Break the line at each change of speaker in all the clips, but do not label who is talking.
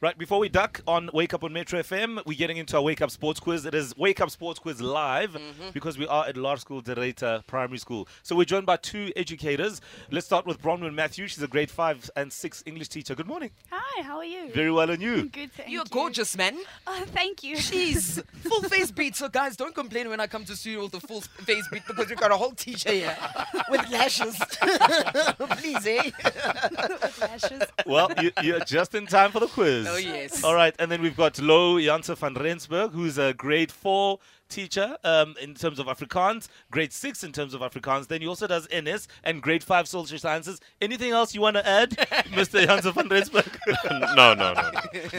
Right, before we duck on Wake Up on Metro FM, we're getting into our Wake Up Sports Quiz. It is Wake Up Sports Quiz live because we are at Large School Derrida Primary School. So we're joined by two educators. Let's start with Bronwyn Matthews. She's a grade five and six English teacher. Good morning.
Hi, how are you?
Very well, and you?
good. Thank
You're gorgeous, man.
Oh, thank you.
Jeez, full face beat. So guys, don't complain when I come to studio with a full face beat because we've got a whole teacher here with lashes. Please, eh?
Lashes.
Well, you, you're just in time for the quiz.
Oh, yes.
All right, and then we've got Lo Janssen van Rensburg, who's a grade four teacher um, in terms of Afrikaans, grade six in terms of Afrikaans. Then he also does NS and grade five social sciences. Anything else you want to add, Mr. Janssen van Rensburg?
no, no, no. no.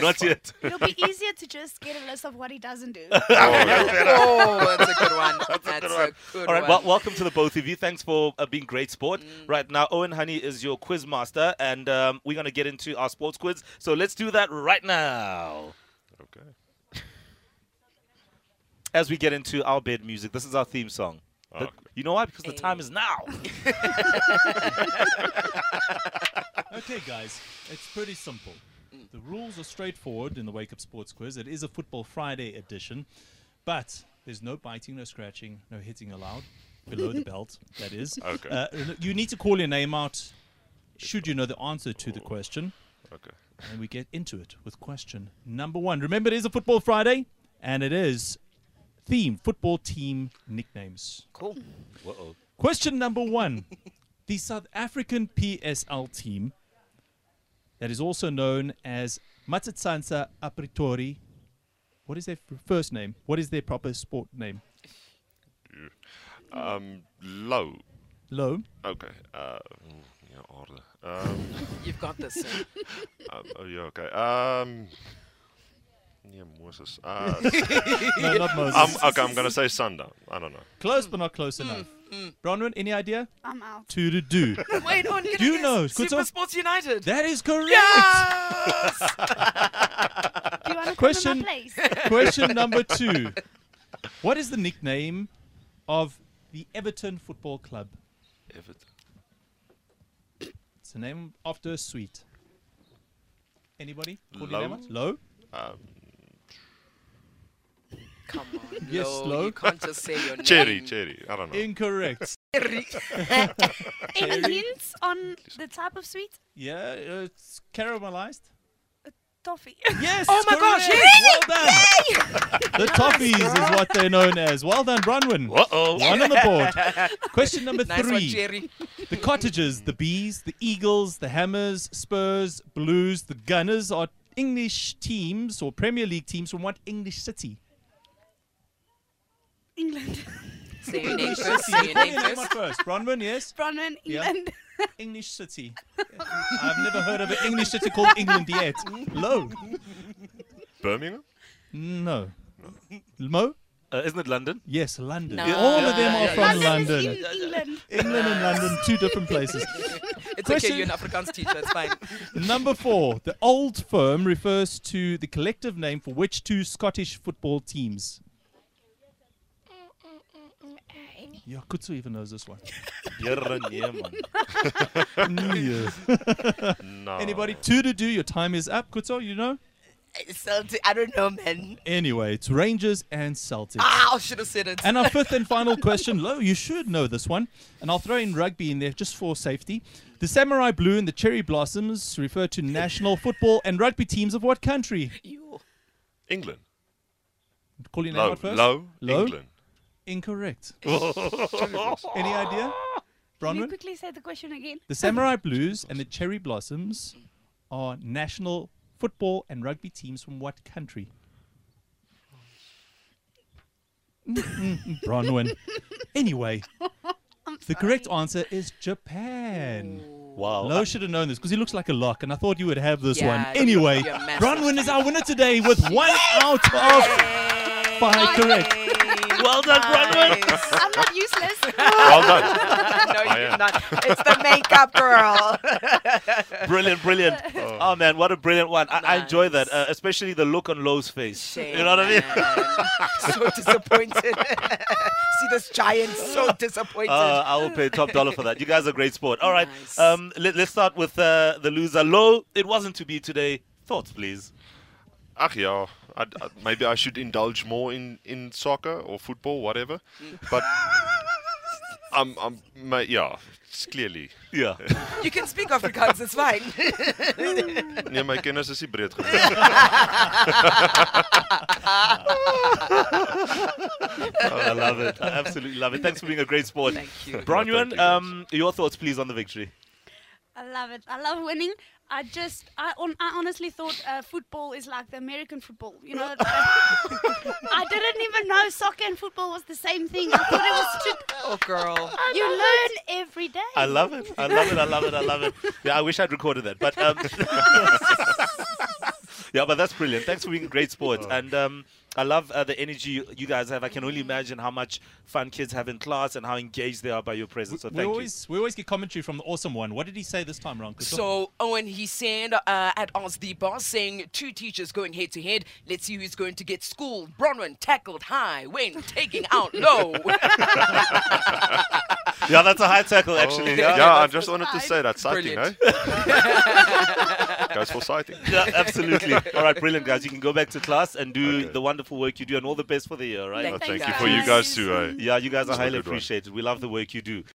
Not yet.
It'll be easier to just get a list of what he doesn't do.
Oh, yeah.
Oh, that's a good one. That's, a good one.
All right, well, welcome to the both of you. Thanks for uh, being great sport. Right now, Owen Honey is your quiz master, and um, we're going to get into our sports quiz. So let's do that right now.
Okay.
as we get into our bed music, this is our theme song. The-
Okay.
you know why? Because the time is now.
Okay, guys, it's pretty simple. The rules are straightforward in the Wake Up Sports Quiz. It is a Football Friday edition, but there's no biting, no scratching, no hitting allowed. Below the belt, that is.
Okay.
Uh, l- you need to call your name out should you know the answer to the question,
Okay.
and we get into it with question number one. Remember, it is a Football Friday, and it is theme football team nicknames.
Cool.
Uh-oh.
Question number one. the South African PSL team, that is also known as Matsatsansa Apritori, what is their f- first name? What is their proper sport name? Mm.
Um, low.
Low.
Okay. Uh, mm,
ja,
yeah, order. Um,
You've got this. sir.
um, oh, yeah, okay. Um, yeah, Moses. Uh,
No, not Moses.
I'm, okay, I'm going to say sundown. I don't know.
Hmm.
close, but not close enough. Bronwyn, any idea?
I'm out.
To the do.
Wait, on.
Do you know? Good
Super
stuff.
Sports United.
That is correct.
yes.
Do you want to
Question-
come in my place?
Question number two. What is the nickname of the Everton Football Club?
Everton.
It's a name after a sweet. Anybody? Call
Low?
your name out? Low?
Um,
Come on.
Yes,
no,
Lo.
You can't just say your name.
cherry, cherry. I don't know.
Incorrect.
Cherry.
Any hints on the type of sweet?
yeah, uh, it's caramelized.
Toffee.
Yes.
Oh my gosh,
correct.
yes.
Well done. the toffees is what they're known as. Well done, Bronwyn.
Uh-oh.
One on the board. Question number
nice one,
three.
Cherry.
The cottagers, the bees, the eagles, the hammers, spurs, blues, the gunners are English teams or Premier League teams from what English city?
England.
Say your name
City.
first. Say your
Call
name first.
out first. Bronwyn, yes?
Bronwyn,
Yeah.
England.
English city. I've never heard of an English city called England yet. Low.
Birmingham?
No. Mo?
Uh, isn't it London?
Yes, London.
No.
All of them
Yeah,
are
yeah,
from
London is
London.
in England.
England and London, two different places.
It's
Question-
okay, you're an Afrikaans teacher, it's fine.
Number four, the old firm refers to the collective name for which two Scottish football teams? Yeah, Kutsu even knows this one. Yeah.
No.
Anybody? Two to do. Your time is up. Kutsu, you know?
Celtic, I don't know, man.
Anyway, it's Rangers and Celtic.
Ah, I should have said it.
And our fifth and final question, Lo, you should know this one. And I'll throw in rugby in there just for safety. The Samurai Blue and the Cherry Blossoms refer to national football and rugby teams of what country?
You.
England.
Call your name
Low.
out first.
Low.
Low?
England.
Incorrect. Any idea?
Can you
Bronwyn?
quickly say the question again?
The Samurai Blues and the Cherry Blossoms are national football and rugby teams from what country? Mm, mm, mm, Bronwyn. Anyway, the correct answer is Japan.
Wow.
Lo should have known this because he looks like a lock, and I thought you would have this
Yeah,
one.
you're-
Anyway,
you're massive.
Bronwyn is our winner today with one out of five correct.
Well done, Bronwyn.
Nice.
I'm not useless.
Well done.
no,
I
you're
am.
not. It's the makeup girl.
Brilliant, brilliant. Oh. man, what a brilliant one. I, I enjoy that, uh,
Nice.
especially the look on Lowe's face.
Shame,
You know what I mean?
man. so disappointed. See this giant, so disappointed.
Uh, I will pay top dollar for that. You guys are great sport. All right,
Nice.
um, let, us start with uh, the loser. Low, it wasn't to be today Thoughts, please.
Ach yeah, I'd, i maybe I should indulge more in, in soccer or football, whatever.
Mm.
But I'm, I'm, ma yeah, it's clearly.
Yeah.
You can speak Afrikaans, it's fine.
Nee, my kennis is nie breed genoeg.
Oh, I love it. I absolutely love it. Thanks for being a great sport. Thank
you.
Bronwyn,
Thank you, guys.
um, your thoughts, please, on the victory.
I love it. I love winning. I just, I, on, I honestly thought uh, football is like the American football. You know, I didn't even know soccer and football was the same thing. I thought it was. Two,
oh, girl.
you learn every day.
I love it. I love it. I love it. I love it. Yeah, I wish I'd recorded that. But um, yeah, but that's brilliant. Thanks for being a great sport. And um, I love uh, the energy you, you guys have. I can only imagine how much fun kids have in class and how engaged they are by your presence. So
we
thank you.
always we always get commentary from the awesome one. What did he say this time around? Christoph?
So Owen, he said uh, at Ask the Boss, saying two teachers going head to head. Let's see who's going to get schooled. Bronwyn tackled high, Wayne taking out low.
Yeah, that's a high tackle, actually.
Oh, yeah,
yeah.
I just wanted to say that sighting, eh?
Brilliant.
Goes for sighting.
Yeah, absolutely. All right, brilliant, guys. You can go back to class and do
Okay.
the wonderful work you do and all the best for the year, right?
Oh,
Thank you,
thank you for you
guys.
guys too, eh?
Yeah, you guys are
It's a
highly
good one.
appreciated. We love the work you do.